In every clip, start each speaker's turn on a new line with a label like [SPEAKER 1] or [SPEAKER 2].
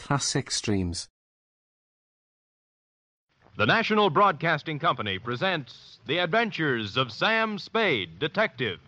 [SPEAKER 1] classic streams.
[SPEAKER 2] The National Broadcasting Company presents The Adventures of Sam Spade, Detective.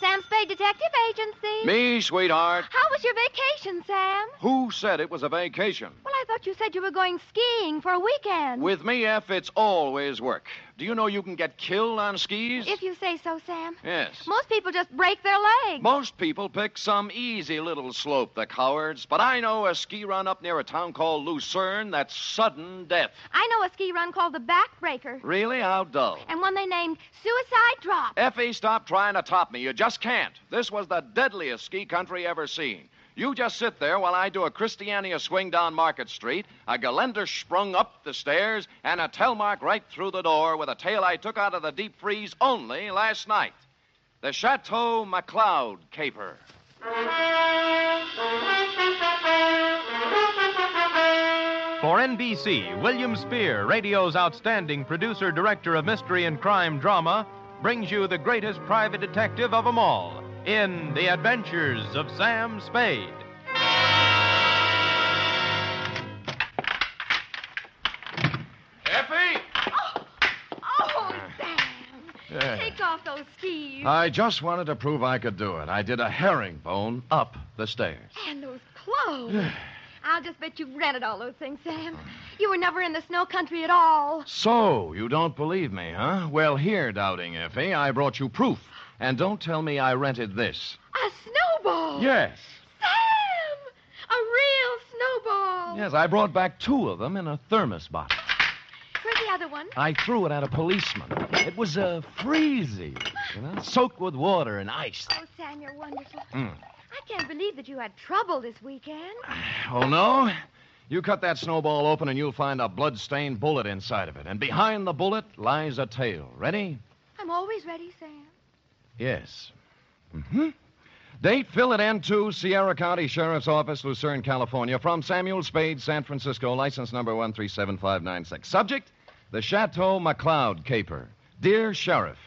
[SPEAKER 3] Sam Spade Detective Agency.
[SPEAKER 4] Me, sweetheart.
[SPEAKER 3] How was your vacation, Sam?
[SPEAKER 4] Who said it was a vacation?
[SPEAKER 3] Well, I thought you said you were going skiing for a weekend.
[SPEAKER 4] With me, F, it's always work. Do you know you can get killed on skis?
[SPEAKER 3] If you say so, Sam.
[SPEAKER 4] Yes.
[SPEAKER 3] Most people just break their legs.
[SPEAKER 4] Most people pick some easy little slope, the cowards. But I know a ski run up near a town called Lucerne that's sudden death.
[SPEAKER 3] I know a ski run called the Backbreaker,
[SPEAKER 4] Really? How dull.
[SPEAKER 3] and one they named Suicide Drop.
[SPEAKER 4] Effie, stop trying to top me. You just can't. This was the deadliest ski country ever seen. You just sit there while I do a Christiania swing down Market Street, a Galender sprung up the stairs, and a Telmark right through the door with a tale I took out of the deep freeze only last night. The Chateau MacLeod caper.
[SPEAKER 2] For NBC, William Spear, radio's outstanding producer director of mystery and crime drama, brings you the greatest private detective of them all in The Adventures of Sam Spade.
[SPEAKER 4] Effie!
[SPEAKER 3] Oh, Sam.
[SPEAKER 4] Yeah.
[SPEAKER 3] Take off those skis.
[SPEAKER 4] I just wanted to prove I could do it. I did a herringbone up the stairs.
[SPEAKER 3] and those clothes. I'll just bet you rented all those things,
[SPEAKER 4] Uh.
[SPEAKER 3] Sam. You were never in the snow country at all.
[SPEAKER 4] So, you don't believe me, huh? Well, here, doubting Effie, I brought you proof. And don't tell me I rented this.
[SPEAKER 3] A snowball.
[SPEAKER 4] Yes.
[SPEAKER 3] Sam! A real snowball.
[SPEAKER 4] Yes, I brought back two of them in a thermos bottle.
[SPEAKER 3] Where's the other one?
[SPEAKER 4] I threw it at a policeman. It was uh, freezy, you know, soaked with water and ice.
[SPEAKER 3] Oh, Sam, you're wonderful.
[SPEAKER 4] Hmm.
[SPEAKER 3] I can't believe that you had trouble this weekend.
[SPEAKER 4] Oh, no? You cut that snowball open and you'll find a blood-stained bullet inside of it. And behind the bullet lies a tail. Ready?
[SPEAKER 3] I'm always ready, Sam.
[SPEAKER 4] Yes. hmm Date, fill it N2, Sierra County Sheriff's Office, Lucerne, California. From Samuel Spade, San Francisco, license number 137596. Subject, the Chateau MacLeod caper. Dear Sheriff,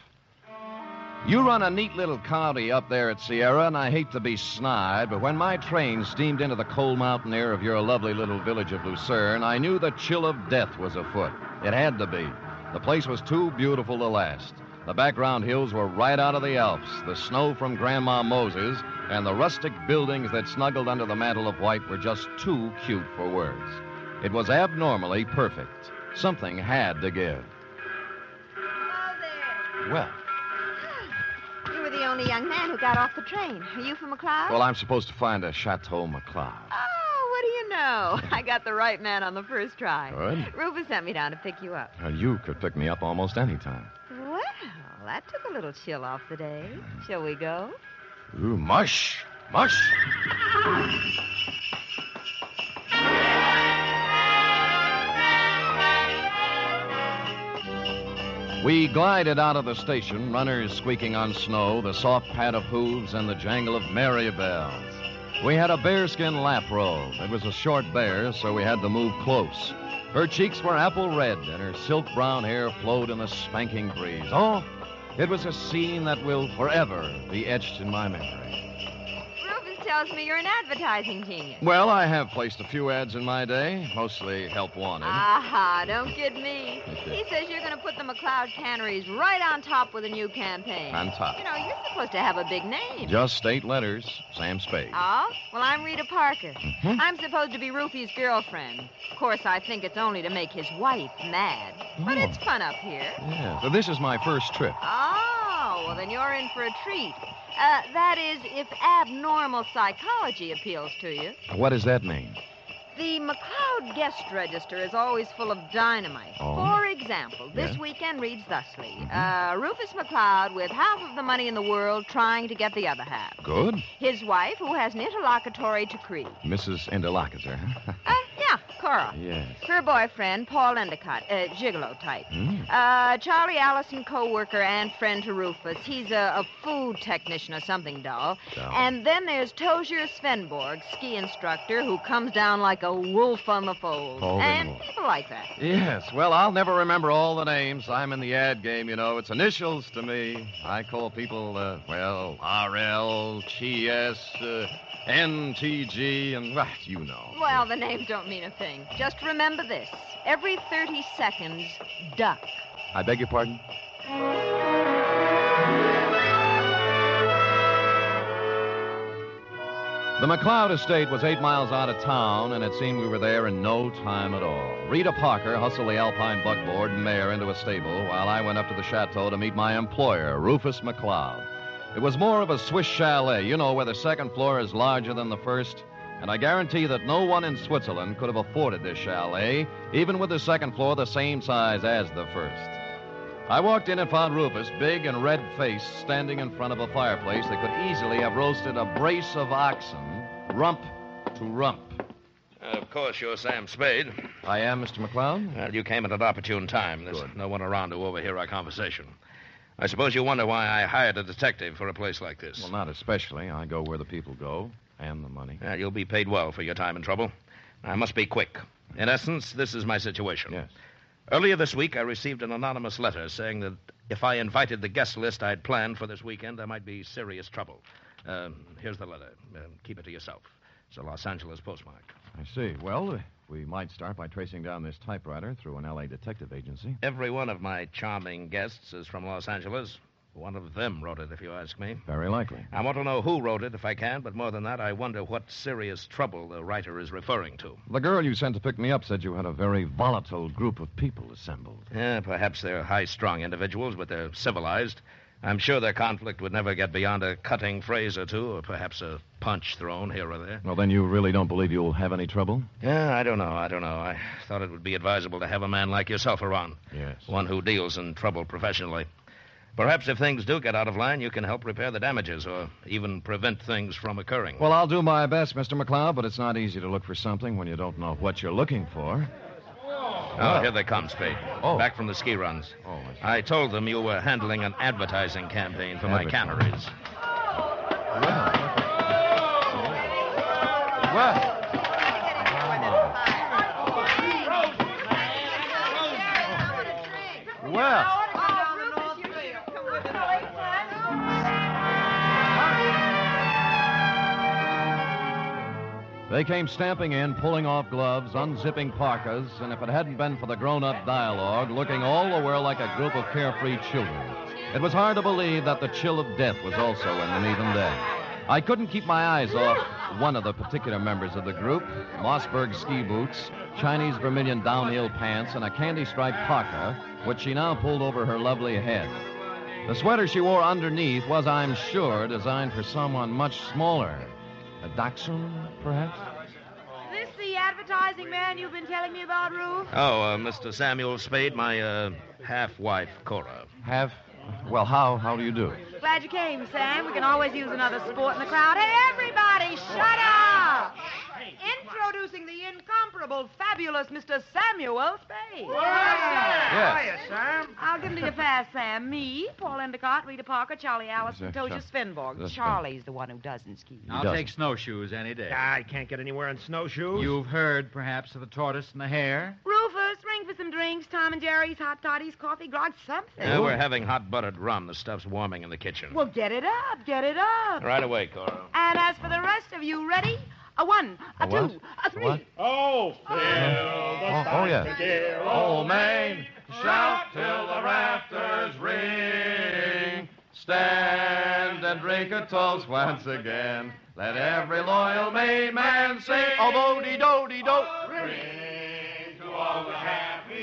[SPEAKER 4] you run a neat little county up there at Sierra, and I hate to be snide, but when my train steamed into the cold mountain air of your lovely little village of Lucerne, I knew the chill of death was afoot. It had to be. The place was too beautiful to last. The background hills were right out of the Alps, the snow from Grandma Moses, and the rustic buildings that snuggled under the mantle of white were just too cute for words. It was abnormally perfect. Something had to give.
[SPEAKER 5] Hello there.
[SPEAKER 4] Well,
[SPEAKER 5] You were the only young man who got off the train. Are you from McLeod?
[SPEAKER 4] well, I'm supposed to find a Chateau MacLeod.
[SPEAKER 5] Oh, what do you know? I got the right man on the first try.
[SPEAKER 4] Good.
[SPEAKER 5] Rufus sent me down to pick you up.
[SPEAKER 4] Now, you could pick me up almost any time.
[SPEAKER 5] Well, that took a little chill off the day. Shall we go?
[SPEAKER 4] Ooh, mush, mush. We glided out of the station, runners squeaking on snow, the soft pad of hooves, and the jangle of merry bells. We had a bearskin lap robe. It was a short bear, so we had to move close. Her cheeks were apple red, and her silk brown hair flowed in the spanking breeze. Oh, it was a scene that will forever be etched in my memory.
[SPEAKER 5] Rufus tells me you're an advertising genius.
[SPEAKER 4] Well, I have placed a few ads in my day, mostly help wanted.
[SPEAKER 3] Ah.
[SPEAKER 5] Aha, don't kid me. He
[SPEAKER 4] Okay.
[SPEAKER 5] says you're going to put the McLeod canneries right on top with a new campaign.
[SPEAKER 4] On top.
[SPEAKER 5] You know, you're supposed to have a big name.
[SPEAKER 4] Just state letters, Sam Spade.
[SPEAKER 3] Ah.
[SPEAKER 5] Oh? Well, I'm Rita Parker.
[SPEAKER 4] Mhm.
[SPEAKER 5] I'm supposed to be Rufy's girlfriend. Of course, I think it's only to make his wife mad. But
[SPEAKER 4] Oh.
[SPEAKER 5] it's fun up here.
[SPEAKER 4] Yeah. So this is my first trip.
[SPEAKER 5] Oh, well, then you're in for a treat. Uh, that is, if abnormal psychology appeals to you.
[SPEAKER 4] What does that mean?
[SPEAKER 5] The McLeod guest register is always full of dynamite.
[SPEAKER 4] Oh.
[SPEAKER 5] For example, this
[SPEAKER 4] Yeah. Mm-hmm.
[SPEAKER 5] weekend reads thusly uh, Rufus McLeod with half of the money in the world trying to get the other half.
[SPEAKER 4] Good.
[SPEAKER 5] His wife, who has an interlocutory decree.
[SPEAKER 4] Mrs. Interlocutor. huh?
[SPEAKER 5] Uh, yeah, Cora.
[SPEAKER 4] Yes.
[SPEAKER 5] Her boyfriend, Paul Endicott, a gigolo type.
[SPEAKER 4] Hmm.
[SPEAKER 5] Uh, Charlie Allison, co-worker and friend to Rufus. He's a, a food technician or something, doll.
[SPEAKER 4] Doll.
[SPEAKER 5] And then there's Tozier Svenborg, ski instructor, who comes down like a wolf on the fold.
[SPEAKER 4] Oh,
[SPEAKER 5] and
[SPEAKER 4] Lord.
[SPEAKER 5] people like that.
[SPEAKER 4] Yes, well, I'll never remember all the names. I'm in the ad game, you know. It's initials to me. I call people, uh, well, RL, TS, uh, NTG, and that, you know.
[SPEAKER 5] Well, the names don't mean a thing. Just remember this. Every 30 seconds, duck.
[SPEAKER 4] I beg your pardon? The McLeod estate was eight miles out of town, and it seemed we were there in no time at all. Rita Parker hustled the Alpine buckboard and mare into a stable while I went up to the chateau to meet my employer, Rufus McLeod. It was more of a Swiss chalet, you know, where the second floor is larger than the first, and I guarantee that no one in Switzerland could have afforded this chalet, even with the second floor the same size as the first. I walked in and found Rufus, big and red faced, standing in front of a fireplace that could easily have roasted a brace of oxen, rump to rump.
[SPEAKER 1] Of course, you're Sam Spade.
[SPEAKER 4] I am Mr. McCloud.
[SPEAKER 1] Well, you came at an opportune time. There's no one around to overhear our conversation. I suppose you wonder why I hired a detective for a place like this.
[SPEAKER 4] Well, not especially. I go where the people go and the money.
[SPEAKER 1] Well, Uh, you'll be paid well for your time and trouble. I must be quick. In essence, this is my situation.
[SPEAKER 4] Yes.
[SPEAKER 1] Earlier this week, I received an anonymous letter saying that if I invited the guest list I'd planned for this weekend, there might be serious trouble. Um, here's the letter. Um, keep it to yourself. It's a Los Angeles postmark.
[SPEAKER 4] I see. Well, uh, we might start by tracing down this typewriter through an L.A. detective agency.
[SPEAKER 1] Every one of my charming guests is from Los Angeles. One of them wrote it, if you ask me.
[SPEAKER 4] Very likely.
[SPEAKER 1] I want to know who wrote it if I can, but more than that, I wonder what serious trouble the writer is referring to.
[SPEAKER 4] The girl you sent to pick me up said you had a very volatile group of people assembled.
[SPEAKER 1] Eh, perhaps they're high strung individuals, but they're civilized. I'm sure their conflict would never get beyond a cutting phrase or two, or perhaps a punch thrown here or there.
[SPEAKER 4] Well, then you really don't believe you'll have any trouble?
[SPEAKER 1] Yeah, I don't know. I don't know. I thought it would be advisable to have a man like yourself around,
[SPEAKER 4] Yes.
[SPEAKER 1] one who deals in trouble professionally. Perhaps if things do get out of line, you can help repair the damages or even prevent things from occurring.
[SPEAKER 4] Well, I'll do my best, Mr. McLeod, but it's not easy to look for something when you don't know what you're looking for.
[SPEAKER 1] Oh, here they come, Spade.
[SPEAKER 4] Oh.
[SPEAKER 1] Back from the ski runs.
[SPEAKER 4] Oh, I see.
[SPEAKER 1] I told them you were handling an advertising campaign for my
[SPEAKER 4] Advertising.
[SPEAKER 1] canneries.
[SPEAKER 4] Well, well. They came stamping in, pulling off gloves, unzipping parkas, and if it hadn't been for the grown up dialogue, looking all the world like a group of carefree children. It was hard to believe that the chill of death was also in them even then. I couldn't keep my eyes off one of the particular members of the group Mossberg ski boots, Chinese vermilion downhill pants, and a candy striped parka, which she now pulled over her lovely head. The sweater she wore underneath was, I'm sure, designed for someone much smaller. A dachshund, perhaps?
[SPEAKER 3] Is this the advertising man you've been telling me about, Rue?
[SPEAKER 1] Oh, uh, Mr. Samuel Spade, my uh, half wife, Cora.
[SPEAKER 4] Have? Well, how? How do you do?
[SPEAKER 3] Glad you came, Sam. We can always use another sport in the crowd. Hey, everybody, shut up! Introducing the incomparable, fabulous Mr. Samuel Spade.
[SPEAKER 4] Yes.
[SPEAKER 3] I'll give him to you fast, Sam. Me, Paul Endicott, Rita Parker, Charlie Allison,
[SPEAKER 4] Yes, sir.
[SPEAKER 3] Toja Svenborg.
[SPEAKER 4] Yes, sir.
[SPEAKER 5] Charlie's the one who doesn't ski.
[SPEAKER 6] I'll
[SPEAKER 4] doesn't.
[SPEAKER 6] take snowshoes any day.
[SPEAKER 7] Ah, I can't get anywhere on snowshoes.
[SPEAKER 6] You've heard, perhaps, of the tortoise and the hare.
[SPEAKER 3] Rufus, ring for some drinks, Tom and Jerry's, hot toddies, coffee, grog, something.
[SPEAKER 1] Uh, we're having hot buttered rum. The stuff's warming in the kitchen.
[SPEAKER 3] Well, get it up, get it up.
[SPEAKER 1] Right away, Cora.
[SPEAKER 3] And as for the rest of you, ready? A one, a,
[SPEAKER 4] A what?
[SPEAKER 3] two, a three.
[SPEAKER 4] What?
[SPEAKER 7] Oh, Phil,
[SPEAKER 4] Oh, oh yeah.
[SPEAKER 7] Oh,
[SPEAKER 4] Maine, shout till the rafters ring. Stand and drink a toast once again. Let every loyal Maine man sing. Oh, do do do.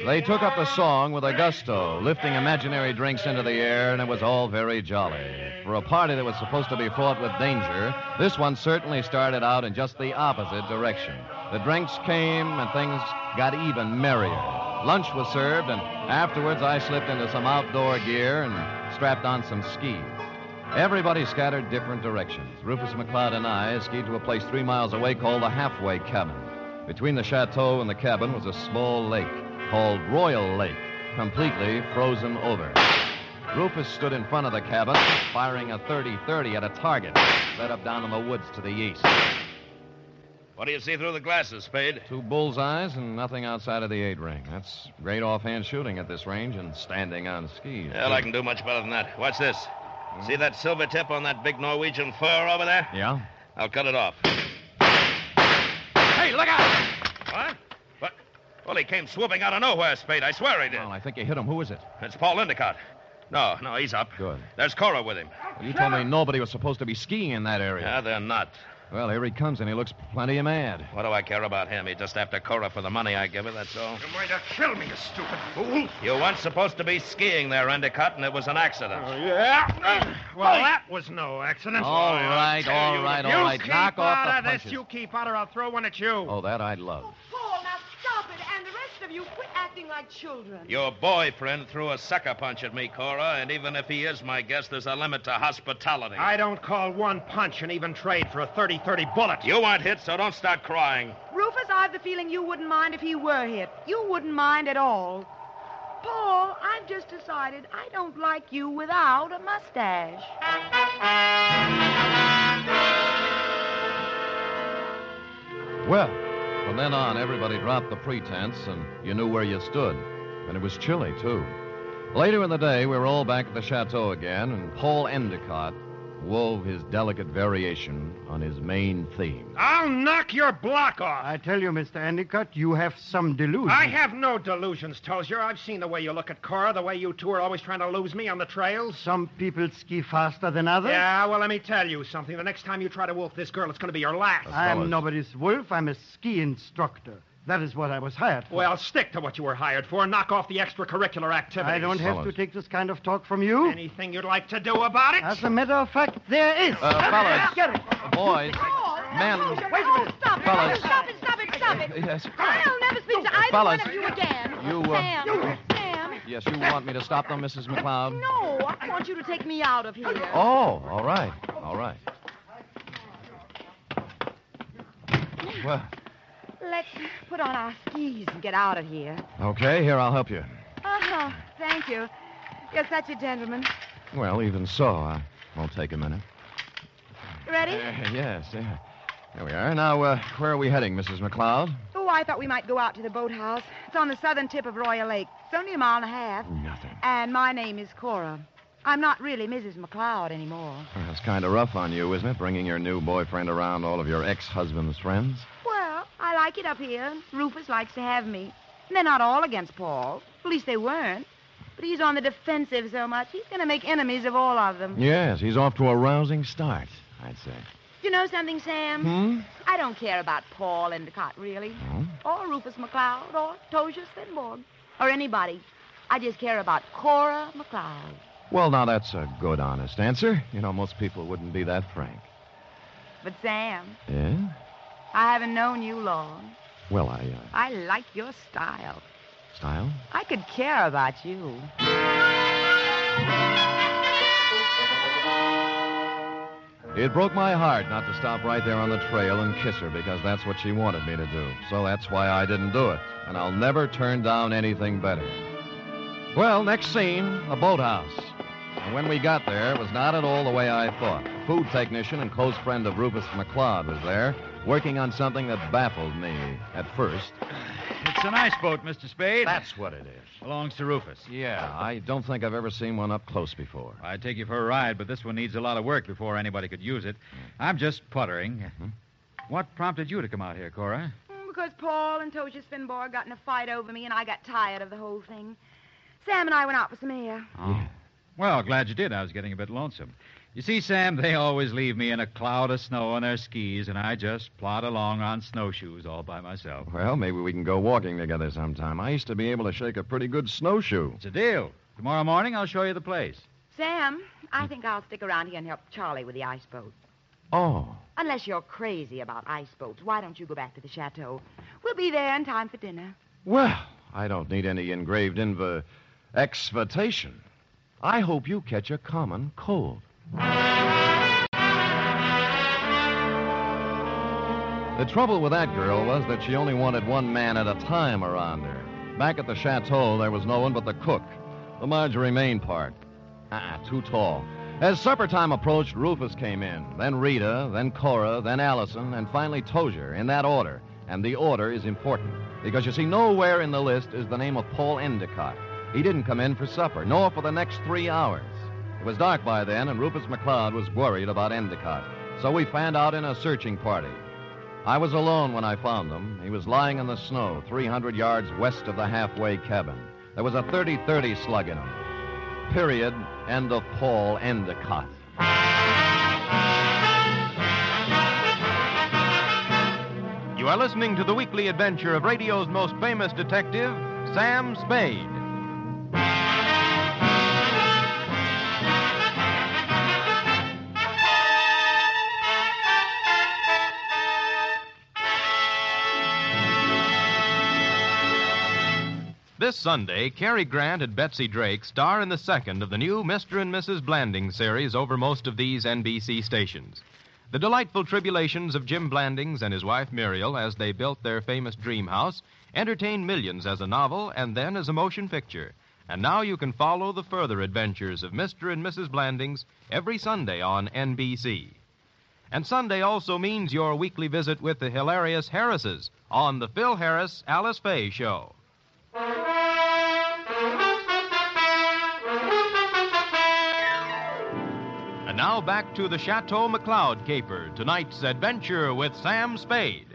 [SPEAKER 4] They took up the song with a gusto, lifting imaginary drinks into the air, and it was all very jolly. For a party that was supposed to be fraught with danger, this one certainly started out in just the opposite direction. The drinks came, and things got even merrier. Lunch was served, and afterwards I slipped into some outdoor gear and strapped on some skis. Everybody scattered different directions. Rufus McLeod and I skied to a place three miles away called the Halfway Cabin. Between the chateau and the cabin was a small lake called Royal Lake, completely frozen over. Rufus stood in front of the cabin, firing a 30 30 at a target set up down in the woods to the east.
[SPEAKER 1] What do you see through the glasses, Spade?
[SPEAKER 4] Two bullseyes and nothing outside of the eight ring. That's great offhand shooting at this range and standing on skis.
[SPEAKER 1] Well, I can do much better than that. Watch this. See that silver tip on that big Norwegian fur over there?
[SPEAKER 4] Yeah?
[SPEAKER 1] I'll cut it off.
[SPEAKER 4] Hey, look out!
[SPEAKER 1] What? What? Well, he came swooping out of nowhere, Spade. I swear he did.
[SPEAKER 4] Well, I think you hit him. Who is it?
[SPEAKER 1] It's Paul Endicott. No, no, he's up.
[SPEAKER 4] Good.
[SPEAKER 1] There's Cora with him.
[SPEAKER 4] You told me nobody was supposed to be skiing in that area.
[SPEAKER 1] Yeah, they're not.
[SPEAKER 4] Well, here he comes, and he looks plenty mad.
[SPEAKER 1] What do I care about him? He's just after Cora for the money I give her, that's all.
[SPEAKER 7] You might have killed me, you stupid fool.
[SPEAKER 1] You weren't supposed to be skiing there, Endicott, and it was an accident.
[SPEAKER 7] yeah. Well, that was no accident.
[SPEAKER 4] All right,
[SPEAKER 7] Tell
[SPEAKER 4] all
[SPEAKER 7] you, if
[SPEAKER 4] right, all
[SPEAKER 7] you
[SPEAKER 4] right.
[SPEAKER 7] keep
[SPEAKER 4] Knock off
[SPEAKER 7] out
[SPEAKER 4] the
[SPEAKER 7] of this.
[SPEAKER 4] punches.
[SPEAKER 7] You keep out, or I'll throw one at you.
[SPEAKER 4] Oh, that I'd love.
[SPEAKER 3] Oh, Paul, now stop it. And the rest of you, quit acting like children.
[SPEAKER 1] Your boyfriend threw a sucker punch at me, Cora, and even if he is my guest, there's a limit to hospitality.
[SPEAKER 7] I don't call one punch an even trade for a 30-30 bullet.
[SPEAKER 1] You weren't hit, so don't start crying.
[SPEAKER 3] Rufus, I've the feeling you wouldn't mind if he were hit. You wouldn't mind at all. Paul, I've just decided I don't like you without a mustache.
[SPEAKER 4] Well, from then on, everybody dropped the pretense, and you knew where you stood. And it was chilly, too. Later in the day, we were all back at the chateau again, and Paul Endicott wove his delicate variation on his main theme.
[SPEAKER 7] I'll knock your block off.
[SPEAKER 8] I tell you, Mr. Endicott, you have some delusion.
[SPEAKER 7] I have no delusions, Tozier. I've seen the way you look at Cora, the way you two are always trying to lose me on the trails.
[SPEAKER 8] Some people ski faster than others.
[SPEAKER 7] Yeah, well, let me tell you something. The next time you try to wolf this girl, it's going to be your last.
[SPEAKER 4] Uh, fellas.
[SPEAKER 8] I'm nobody's wolf. I'm a ski instructor. That is what I was hired for.
[SPEAKER 7] well, stick to what you were hired for. Knock off the extracurricular activities.
[SPEAKER 8] I don't have to
[SPEAKER 4] fellas.
[SPEAKER 8] take this kind of talk from you.
[SPEAKER 7] Anything you'd like to do about it?
[SPEAKER 8] As a matter of fact, there is.
[SPEAKER 4] Uh, fellas.
[SPEAKER 8] Get it.
[SPEAKER 4] Boys.
[SPEAKER 3] Paul,
[SPEAKER 4] Men.
[SPEAKER 3] now, Tozier,
[SPEAKER 4] Wait a
[SPEAKER 3] no,
[SPEAKER 4] minute.
[SPEAKER 3] Stop it.
[SPEAKER 4] Fellas.
[SPEAKER 3] Stop it, stop it, stop it.
[SPEAKER 4] Yes.
[SPEAKER 3] I'll never speak to either
[SPEAKER 4] Fellas.
[SPEAKER 3] one of you again.
[SPEAKER 4] You, uh,
[SPEAKER 3] Sam, Sam.
[SPEAKER 4] Yes, you want me to stop them, Mrs. McLeod?
[SPEAKER 3] No, I want you to take me out of here.
[SPEAKER 4] Oh, all right. All right. Well,
[SPEAKER 3] Let's put on our skis and get out of here.
[SPEAKER 4] okay, here, I'll help you.
[SPEAKER 3] Oh, thank you. You're such a gentleman.
[SPEAKER 4] Well, even so, I won't take a minute.
[SPEAKER 3] Ready?
[SPEAKER 4] Uh, yes, yeah. There we are. Now, uh, where are we heading, Mrs. McLeod?
[SPEAKER 3] Oh, I thought we might go out to the boathouse. It's on the southern tip of Royal Lake. It's only a mile and a half.
[SPEAKER 4] Nothing.
[SPEAKER 3] And my name is Cora. I'm not really Mrs. McLeod anymore.
[SPEAKER 4] Well, it's kind of rough on you, isn't it? Bringing your new boyfriend around all of your ex-husband's friends.
[SPEAKER 3] Well, I like it up here. Rufus likes to have me. And they're not all against Paul. At least they weren't. But he's on the defensive so much, he's going to make enemies of all of them.
[SPEAKER 4] Yes, he's off to a rousing start, I'd say.
[SPEAKER 3] You know something, Sam?
[SPEAKER 4] Hmm?
[SPEAKER 3] I don't care about Paul Endicott, really.
[SPEAKER 4] Hmm?
[SPEAKER 3] Or Rufus McLeod, or Tosia Spinborn, or anybody. I just care about Cora McLeod.
[SPEAKER 4] Well, now that's a good, honest answer. You know, most people wouldn't be that frank.
[SPEAKER 3] But, Sam,
[SPEAKER 4] Yeah?
[SPEAKER 3] I haven't known you long.
[SPEAKER 4] Well, I, uh,
[SPEAKER 3] I like your style.
[SPEAKER 4] style?
[SPEAKER 3] I could care about you.
[SPEAKER 4] It broke my heart not to stop right there on the trail and kiss her because that's what she wanted me to do. So that's why I didn't do it. And I'll never turn down anything better. Well, next scene a boathouse. And when we got there, it was not at all the way I thought. Food technician and close friend of Rufus McLeod was there, working on something that baffled me at first.
[SPEAKER 6] It's an ice boat, Mr. Spade.
[SPEAKER 4] what it is.
[SPEAKER 6] Belongs to Rufus.
[SPEAKER 4] Yeah, I don't think I've ever seen one up close before.
[SPEAKER 6] I'd take you for a ride, but this one needs a lot of work before anybody could use it. I'm just puttering. What prompted you to come out here, Cora?
[SPEAKER 3] Mm, Because Paul and Tosia Spinborn got in a fight over me, and I got tired of the whole thing. Sam and I went out for some air.
[SPEAKER 6] Oh. Well, glad you did. I was getting a bit lonesome. You see, Sam, they always leave me in a cloud of snow on their skis, and I just plod along on snowshoes all by myself.
[SPEAKER 4] Well, maybe we can go walking together sometime. I used to be able to shake a pretty good snowshoe.
[SPEAKER 6] It's a deal. Tomorrow morning, I'll show you the place.
[SPEAKER 3] Sam, I think I'll stick around here and help Charlie with the ice boat.
[SPEAKER 4] Oh.
[SPEAKER 3] Unless you're crazy about ice boats, why don't you go back to the chateau? We'll be there in time for dinner.
[SPEAKER 4] Well, I don't need any engraved inv- exvitation. I hope you catch a common cold. The trouble with that girl was that she only wanted one man at a time around her. Back at the chateau, there was no one but the cook, the Marjorie Main part. Ah, too tall. As supper time approached, Rufus came in, then Rita, then Cora, then Allison, and finally Tozier, in that order. And the order is important because you see, nowhere in the list is the name of Paul Endicott. He didn't come in for supper, nor for the next three hours. It was dark by then, and Rufus McLeod was worried about Endicott. So we fanned out in a searching party. I was alone when I found him. He was lying in the snow 300 yards west of the halfway cabin. There was a 30 30 slug in him. Period. End of Paul Endicott.
[SPEAKER 2] You are listening to the weekly adventure of radio's most famous detective, Sam Spade. This Sunday, Cary Grant and Betsy Drake star in the second of the new Mr. and Mrs. Blanding series over most of these NBC stations. The delightful tribulations of Jim Blandings and his wife Muriel as they built their famous dream house entertained millions as a novel and then as a motion picture. And now you can follow the further adventures of Mr. and Mrs. Blandings every Sunday on NBC. And Sunday also means your weekly visit with the hilarious Harrises on the Phil Harris Alice Faye Show. And now back to the Chateau McLeod caper, tonight's adventure with Sam Spade.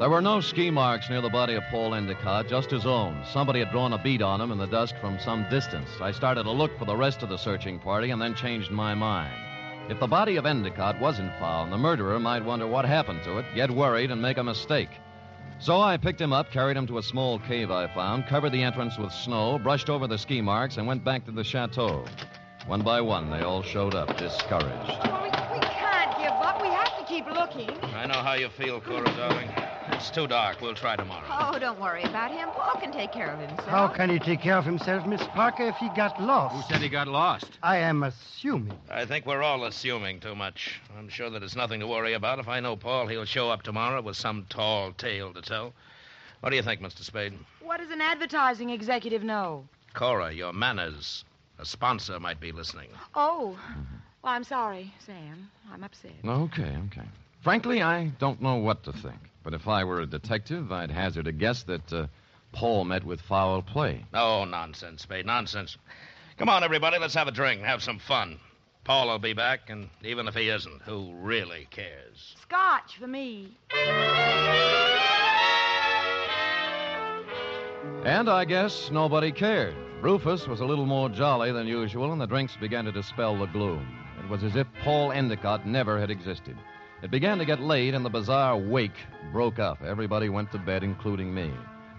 [SPEAKER 4] There were no ski marks near the body of Paul Endicott, just his own. Somebody had drawn a bead on him in the dusk from some distance. I started to look for the rest of the searching party and then changed my mind. If the body of Endicott wasn't found, the murderer might wonder what happened to it, get worried, and make a mistake. So I picked him up, carried him to a small cave I found, covered the entrance with snow, brushed over the ski marks, and went back to the chateau. One by one, they all showed up, discouraged.
[SPEAKER 3] We, we can't give up. We have to keep looking.
[SPEAKER 1] I know how you feel, Cora, darling. It's too dark. We'll try tomorrow.
[SPEAKER 5] Oh, don't worry about him. Paul can take care of himself.
[SPEAKER 8] How can he take care of himself, Miss Parker, if he got
[SPEAKER 6] Who
[SPEAKER 8] lost?
[SPEAKER 6] said he got lost?
[SPEAKER 8] I am assuming.
[SPEAKER 1] I think we're all assuming too much. I'm sure that it's nothing to worry about. If I know Paul, he'll show up tomorrow with some tall tale to tell. What do you think, Mr. Spade?
[SPEAKER 3] What does an advertising executive know?
[SPEAKER 1] Cora, your manners. A sponsor might be listening.
[SPEAKER 3] Oh. Well, I'm sorry, Sam. I'm upset.
[SPEAKER 4] Okay, okay. Frankly, I don't know what to think. But if I were a detective, I'd hazard a guess that uh, Paul met with foul play.
[SPEAKER 1] Oh, nonsense, Spade, nonsense. Come on, everybody, let's have a drink and have some fun. Paul will be back, and even if he isn't, who really cares?
[SPEAKER 3] Scotch for me.
[SPEAKER 4] And I guess nobody cared. Rufus was a little more jolly than usual, and the drinks began to dispel the gloom. It was as if Paul Endicott never had existed. It began to get late, and the bizarre wake broke up. Everybody went to bed, including me.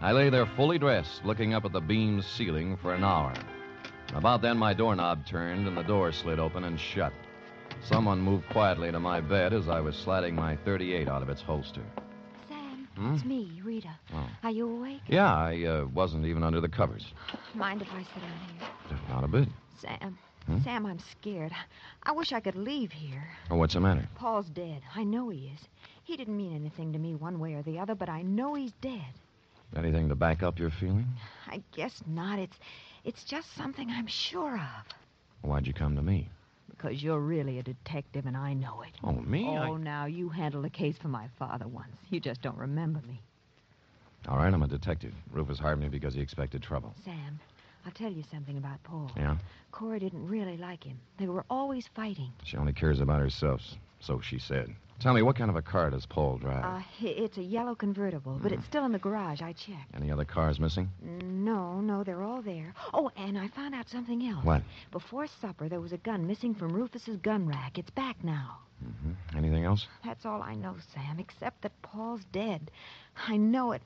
[SPEAKER 4] I lay there fully dressed, looking up at the beam ceiling for an hour. About then, my doorknob turned, and the door slid open and shut. Someone moved quietly to my bed as I was sliding my 38 out of its holster.
[SPEAKER 5] Sam,
[SPEAKER 4] Hmm?
[SPEAKER 5] it's me, Rita.
[SPEAKER 4] Oh.
[SPEAKER 5] Are you awake?
[SPEAKER 4] Yeah, I uh, wasn't even under the covers.
[SPEAKER 5] Mind if I sit down here?
[SPEAKER 4] Not a bit.
[SPEAKER 5] Sam.
[SPEAKER 4] Hmm?
[SPEAKER 5] Sam, I'm scared. I wish I could leave here.
[SPEAKER 4] Oh, what's the matter?
[SPEAKER 5] Paul's dead. I know he is. He didn't mean anything to me one way or the other, but I know he's dead.
[SPEAKER 4] Anything to back up your feeling?
[SPEAKER 5] I guess not. It's it's just something I'm sure of.
[SPEAKER 4] Why'd you come to me?
[SPEAKER 5] Because you're really a detective and I know it.
[SPEAKER 4] Oh, me? I-
[SPEAKER 5] Oh, now you handled a case for my father once. You just don't remember me.
[SPEAKER 4] All right, I'm a detective. Rufus hired me because he expected trouble.
[SPEAKER 5] Sam, I'll tell you something about Paul.
[SPEAKER 4] Yeah?
[SPEAKER 5] Cora didn't really like him. They were always fighting.
[SPEAKER 4] She only cares about herself, so she said. Tell me, what kind of a car does Paul drive?
[SPEAKER 5] Uh, i- it's a yellow convertible, but
[SPEAKER 4] Mm.
[SPEAKER 5] it's still in the garage. I checked.
[SPEAKER 4] Any other cars missing?
[SPEAKER 5] No, no, they're all there. Oh, and I found out something else.
[SPEAKER 4] What?
[SPEAKER 5] Before supper, there was a gun missing from Rufus's gun rack. It's back now.
[SPEAKER 4] Anything else?
[SPEAKER 5] That's all I know, Sam, except that Paul's dead. I know it.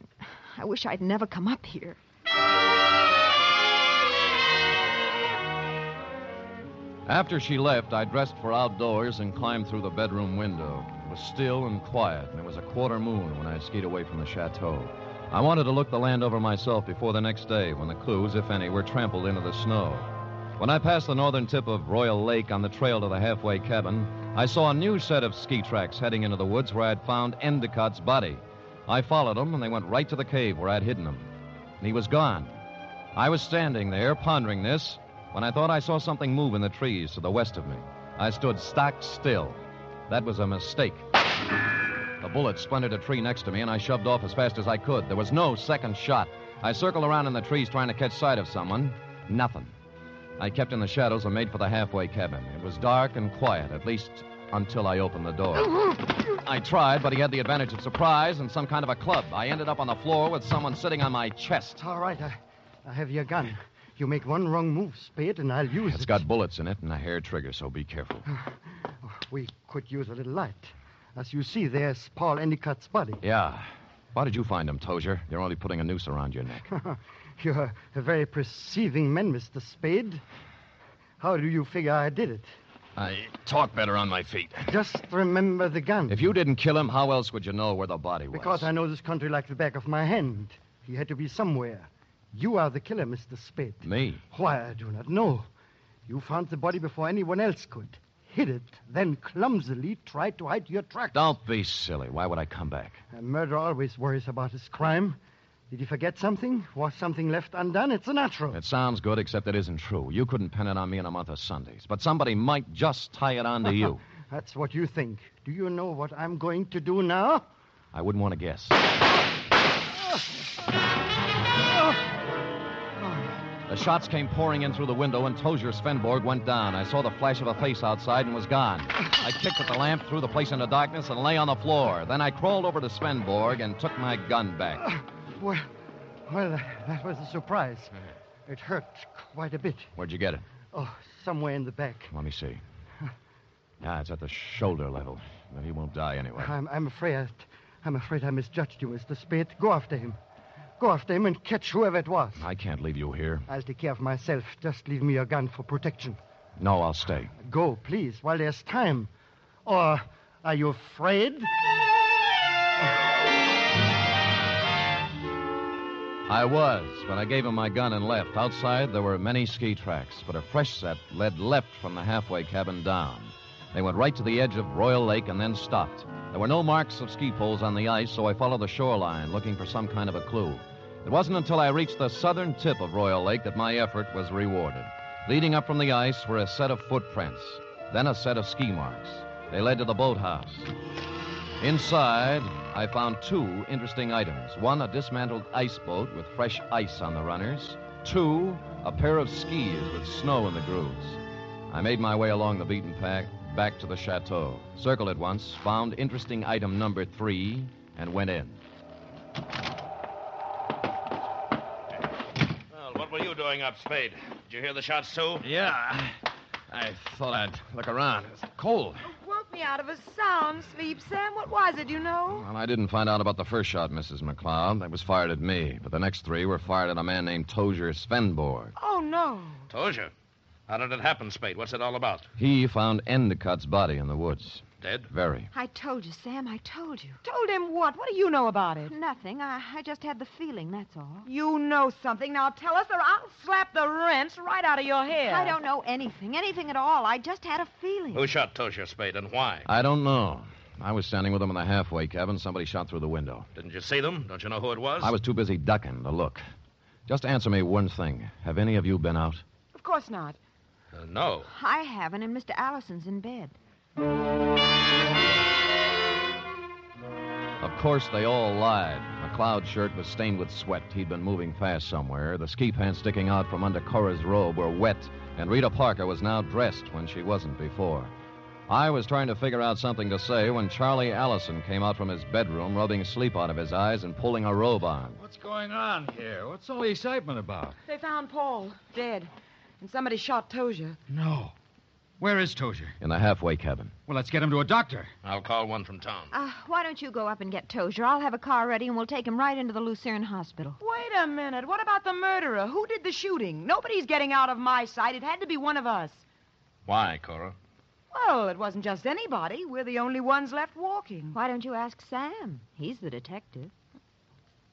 [SPEAKER 5] I wish I'd never come up here.
[SPEAKER 4] After she left, I dressed for outdoors and climbed through the bedroom window. It was still and quiet, and it was a quarter moon when I skied away from the chateau. I wanted to look the land over myself before the next day when the clues, if any, were trampled into the snow. When I passed the northern tip of Royal Lake on the trail to the halfway cabin, I saw a new set of ski tracks heading into the woods where I'd found Endicott's body. I followed them, and they went right to the cave where I'd hidden him. And he was gone. I was standing there pondering this when I thought I saw something move in the trees to the west of me. I stood stock still. That was a mistake. The bullet splintered a tree next to me, and I shoved off as fast as I could. There was no second shot. I circled around in the trees trying to catch sight of someone. Nothing. I kept in the shadows and made for the halfway cabin. It was dark and quiet, at least until I opened the door. I tried, but he had the advantage of surprise and some kind of a club. I ended up on the floor with someone sitting on my chest.
[SPEAKER 8] All right, I, I have your gun. You make one wrong move, Spade, and I'll use
[SPEAKER 4] It's
[SPEAKER 8] it.
[SPEAKER 4] got bullets in it and a hair trigger, so be careful.
[SPEAKER 8] We could use a little light. As you see, there's Paul Endicott's body.
[SPEAKER 4] Yeah. Why did you find him, Tozier? You're only putting a noose around your neck.
[SPEAKER 8] You're a very perceiving man, Mr. Spade. How do you figure I did it?
[SPEAKER 4] I talk better on my feet.
[SPEAKER 8] Just remember the gun.
[SPEAKER 4] If you didn't kill him, how else would you know where the body was?
[SPEAKER 8] Because I know this country like the back of my hand. He had to be somewhere. You are the killer, Mr. Spade.
[SPEAKER 4] Me?
[SPEAKER 8] Why, I do not know. You found the body before anyone else could. Hid it, then clumsily tried to hide your tracks.
[SPEAKER 4] Don't be silly. Why would I come back?
[SPEAKER 8] A murderer always worries about his crime. Did he forget something? Was something left undone? It's a natural.
[SPEAKER 4] It sounds good, except it isn't true. You couldn't pin it on me in a month of Sundays, but somebody might just tie it on to you.
[SPEAKER 8] That's what you think. Do you know what I'm going to do now?
[SPEAKER 4] I wouldn't want to guess. The shots came pouring in through the window, and Tozier Svenborg went down. I saw the flash of a face outside and was gone. I kicked at the lamp, threw the place into darkness, and lay on the floor. Then I crawled over to Svenborg and took my gun back.
[SPEAKER 8] Well, well, that was a surprise. It hurt quite a bit.
[SPEAKER 4] Where'd you get it?
[SPEAKER 8] Oh, somewhere in the back.
[SPEAKER 4] Let me see. Ah, it's at the shoulder level. But he won't die anyway.
[SPEAKER 8] I'm, I'm afraid. I'm afraid I misjudged you, Mr. Spade. Go after him. Go after him and catch whoever it was.
[SPEAKER 4] I can't leave you here.
[SPEAKER 8] I'll take care of myself. Just leave me your gun for protection.
[SPEAKER 4] No, I'll stay.
[SPEAKER 8] Go, please, while there's time. Or are you afraid?
[SPEAKER 4] I was when I gave him my gun and left. Outside, there were many ski tracks, but a fresh set led left from the halfway cabin down. They went right to the edge of Royal Lake and then stopped. There were no marks of ski poles on the ice, so I followed the shoreline looking for some kind of a clue. It wasn't until I reached the southern tip of Royal Lake that my effort was rewarded. Leading up from the ice were a set of footprints, then a set of ski marks. They led to the boathouse. Inside, I found two interesting items. One, a dismantled ice boat with fresh ice on the runners. Two, a pair of skis with snow in the grooves. I made my way along the beaten path back to the chateau, circled it once, found interesting item number three, and went in.
[SPEAKER 1] Well, what were you doing up, Spade? Did you hear the shots, too?
[SPEAKER 4] Yeah, I thought I'd look around. It's cold.
[SPEAKER 3] Woke me out of a sound sleep, Sam. What was it, you know?
[SPEAKER 4] Well, I didn't find out about the first shot, Mrs. McLeod. That was fired at me, but the next three were fired at a man named Tozier Svenborg.
[SPEAKER 3] Oh, no.
[SPEAKER 1] Told you. How did it happen, Spade? What's it all about?
[SPEAKER 4] He found Endicott's body in the woods.
[SPEAKER 1] Dead?
[SPEAKER 4] Very.
[SPEAKER 5] I told you, Sam. I told you.
[SPEAKER 3] Told him what? What do you know about it?
[SPEAKER 5] Nothing. I, I just had the feeling, that's all.
[SPEAKER 3] You know something. Now tell us, or I'll slap the wrench right out of your head.
[SPEAKER 5] I don't know anything, anything at all. I just had a feeling.
[SPEAKER 1] Who shot Tozier, Spade, and why?
[SPEAKER 4] I don't know. I was standing with them in the halfway cabin. Somebody shot through the window.
[SPEAKER 1] Didn't you see them? Don't you know who it was?
[SPEAKER 4] I was too busy ducking to look. Just answer me one thing. Have any of you been out?
[SPEAKER 3] Of course not.
[SPEAKER 1] Uh, no.
[SPEAKER 5] I haven't, and Mr. Allison's in bed.
[SPEAKER 4] Of course, they all lied. McLeod's shirt was stained with sweat. He'd been moving fast somewhere. The ski pants sticking out from under Cora's robe were wet, and Rita Parker was now dressed when she wasn't before. I was trying to figure out something to say when Charlie Allison came out from his bedroom, rubbing sleep out of his eyes and pulling a robe on.
[SPEAKER 6] What's going on here? What's all the excitement about?
[SPEAKER 3] They found Paul dead, and somebody shot Tozier.
[SPEAKER 6] No. Where is Tozier?
[SPEAKER 4] In the halfway cabin.
[SPEAKER 6] Well, let's get him to a doctor.
[SPEAKER 1] I'll call one from town.
[SPEAKER 5] Uh, why don't you go up and get Tozier? I'll have a car ready, and we'll take him right into the Lucerne Hospital.
[SPEAKER 3] Wait a minute. What about the murderer? Who did the shooting? Nobody's getting out of my sight. It had to be one of us.
[SPEAKER 1] Why, Cora?
[SPEAKER 3] Well, it wasn't just anybody. We're the only ones left walking.
[SPEAKER 5] Why don't you ask Sam? He's the detective.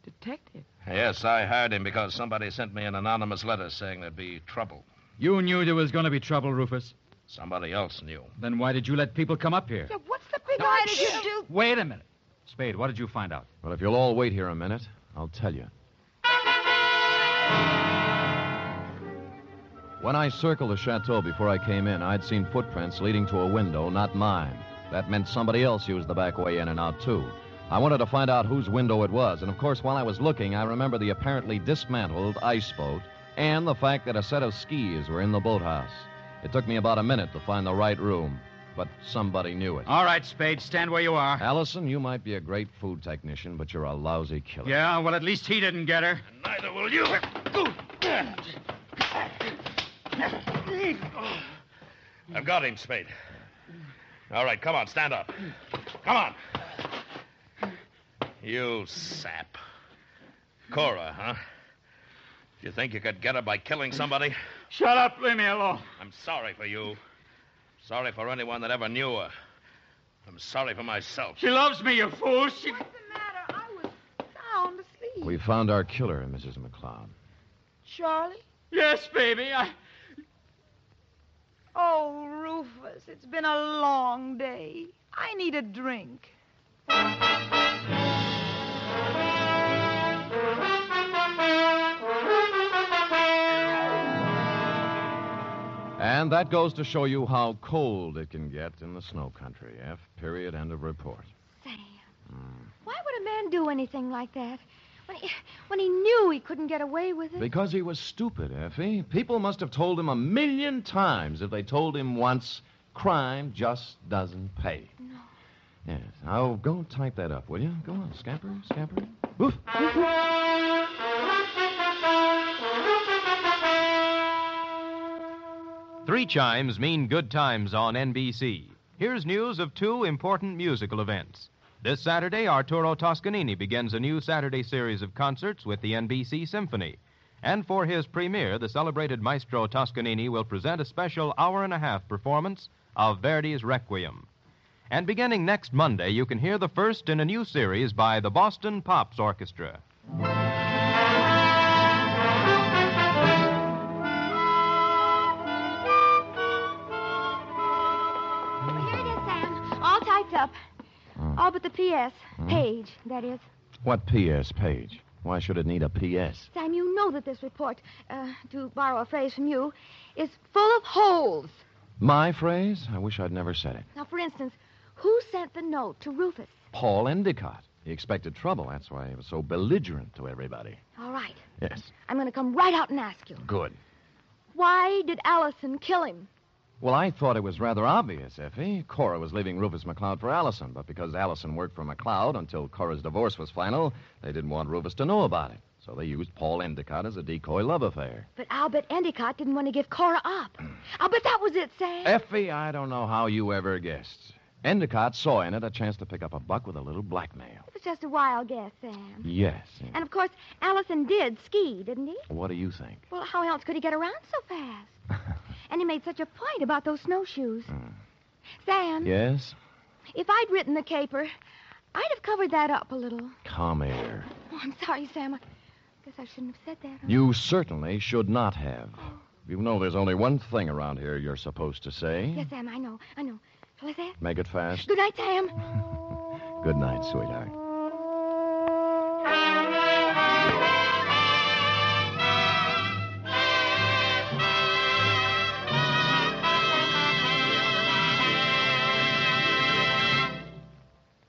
[SPEAKER 3] Detective.
[SPEAKER 1] Yes, I hired him because somebody sent me an anonymous letter saying there'd be trouble.
[SPEAKER 6] You knew there was going to be trouble, Rufus.
[SPEAKER 1] Somebody else knew.
[SPEAKER 6] Then why did you let people come up here?
[SPEAKER 5] Yeah, what's the big
[SPEAKER 6] Why
[SPEAKER 5] idea?
[SPEAKER 6] did you do? Wait a minute. Spade, what did you find out?
[SPEAKER 4] Well, if you'll all wait here a minute, I'll tell you. When I circled the chateau before I came in, I'd seen footprints leading to a window, not mine. That meant somebody else used the back way in and out, too. I wanted to find out whose window it was, and of course, while I was looking, I remember the apparently dismantled ice boat and the fact that a set of skis were in the boathouse. It took me about a minute to find the right room, but somebody knew it.
[SPEAKER 6] All right, Spade, stand where you are.
[SPEAKER 4] Allison, you might be a great food technician, but you're a lousy killer.
[SPEAKER 6] Yeah, well, at least he didn't get her.
[SPEAKER 1] Neither will you. I've got him, Spade. All right, come on, stand up. Come on. You sap. Cora, huh? You think you could get her by killing somebody?
[SPEAKER 6] Shut up, leave me alone.
[SPEAKER 1] I'm sorry for you. Sorry for anyone that ever knew her. I'm sorry for myself.
[SPEAKER 6] She loves me, you fool. She.
[SPEAKER 3] What's the matter? I was sound asleep.
[SPEAKER 4] We found our killer, Mrs. McCloud.
[SPEAKER 3] Charlie?
[SPEAKER 6] Yes, baby. I.
[SPEAKER 3] Oh, Rufus, it's been a long day. I need a drink.
[SPEAKER 4] And that goes to show you how cold it can get in the snow country. F. Period. End of report.
[SPEAKER 9] Sam, why would a man do anything like that when he, when he knew he couldn't get away with it?
[SPEAKER 4] Because he was stupid, Effie. People must have told him a million times. If they told him once, crime just doesn't pay. No. Yes. I'll go type that up, will you? Go on, scamper, scamper. Woof.
[SPEAKER 2] Three chimes mean good times on NBC. Here's news of two important musical events. This Saturday, Arturo Toscanini begins a new Saturday series of concerts with the NBC Symphony. And for his premiere, the celebrated maestro Toscanini will present a special hour and a half performance of Verdi's Requiem. And beginning next Monday, you can hear the first in a new series by the Boston Pops Orchestra.
[SPEAKER 9] Oh, here it is, Sam. All typed up. All but the P.S. page, that is.
[SPEAKER 4] What P.S. page? Why should it need a P.S.?
[SPEAKER 9] Sam, you know that this report, uh, to borrow a phrase from you, is full of holes.
[SPEAKER 4] My phrase? I wish I'd never said it.
[SPEAKER 9] Now, for instance, who sent the note to Rufus?
[SPEAKER 4] Paul Endicott. He expected trouble. That's why he was so belligerent to everybody.
[SPEAKER 9] All right.
[SPEAKER 4] Yes.
[SPEAKER 9] I'm going to come right out and ask you.
[SPEAKER 4] Good.
[SPEAKER 9] Why did Allison kill him?
[SPEAKER 4] Well, I thought it was rather obvious, Effie. Cora was leaving Rufus McLeod for Allison, but because Allison worked for McLeod until Cora's divorce was final, they didn't want Rufus to know about it. So they used Paul Endicott as a decoy love affair.
[SPEAKER 9] But I'll bet Endicott didn't want to give Cora up. I'll bet that was it, Sam.
[SPEAKER 4] Effie, I don't know how you ever guessed. Endicott saw in it a chance to pick up a buck with a little blackmail.
[SPEAKER 9] It was just a wild guess, Sam.
[SPEAKER 4] Yes.
[SPEAKER 9] And of course, Allison did ski, didn't he?
[SPEAKER 4] What do you think?
[SPEAKER 9] Well, how else could he get around so fast? and he made such a point about those snowshoes. Sam,
[SPEAKER 4] Yes?
[SPEAKER 9] if I'd written the caper, I'd have covered that up a little.
[SPEAKER 4] Come here.
[SPEAKER 9] Oh, I'm sorry, Sam. I guess I shouldn't have said that. huh?
[SPEAKER 4] You certainly should not have. You know there's only one thing around here you're supposed to say.
[SPEAKER 9] Yes, Sam, I know. I know. Shall I say it?
[SPEAKER 4] Make it fast.
[SPEAKER 9] Good night, Sam.
[SPEAKER 4] Good night, sweetheart.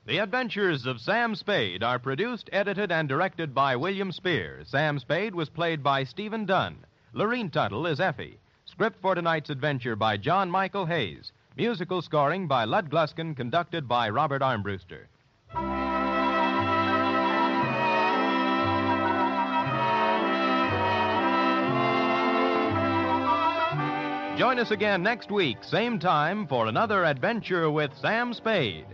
[SPEAKER 2] The Adventures of Sam Spade are produced, edited, and directed by William Spear. Sam Spade was played by Stephen Dunn. Lorene Tuttle is Effie. Script for tonight's adventure by John Michael Hayes. Musical scoring by Lud Gluskin, conducted by Robert Armbruster. Join us again next week, same time, for another adventure with Sam Spade.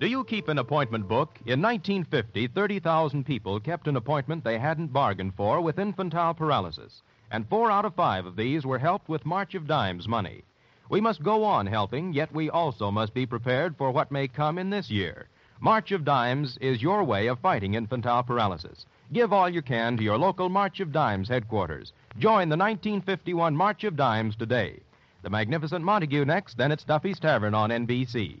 [SPEAKER 2] Do you keep an appointment book? In 1950, 30,000 people kept an appointment they hadn't bargained for with infantile paralysis, and four out of five of these were helped with March of Dimes money. We must go on helping, yet we also must be prepared for what may come in this year. March of Dimes is your way of fighting infantile paralysis. Give all you can to your local March of Dimes headquarters. Join the 1951 March of Dimes today. The Magnificent Montague next, then it's Duffy's Tavern on NBC.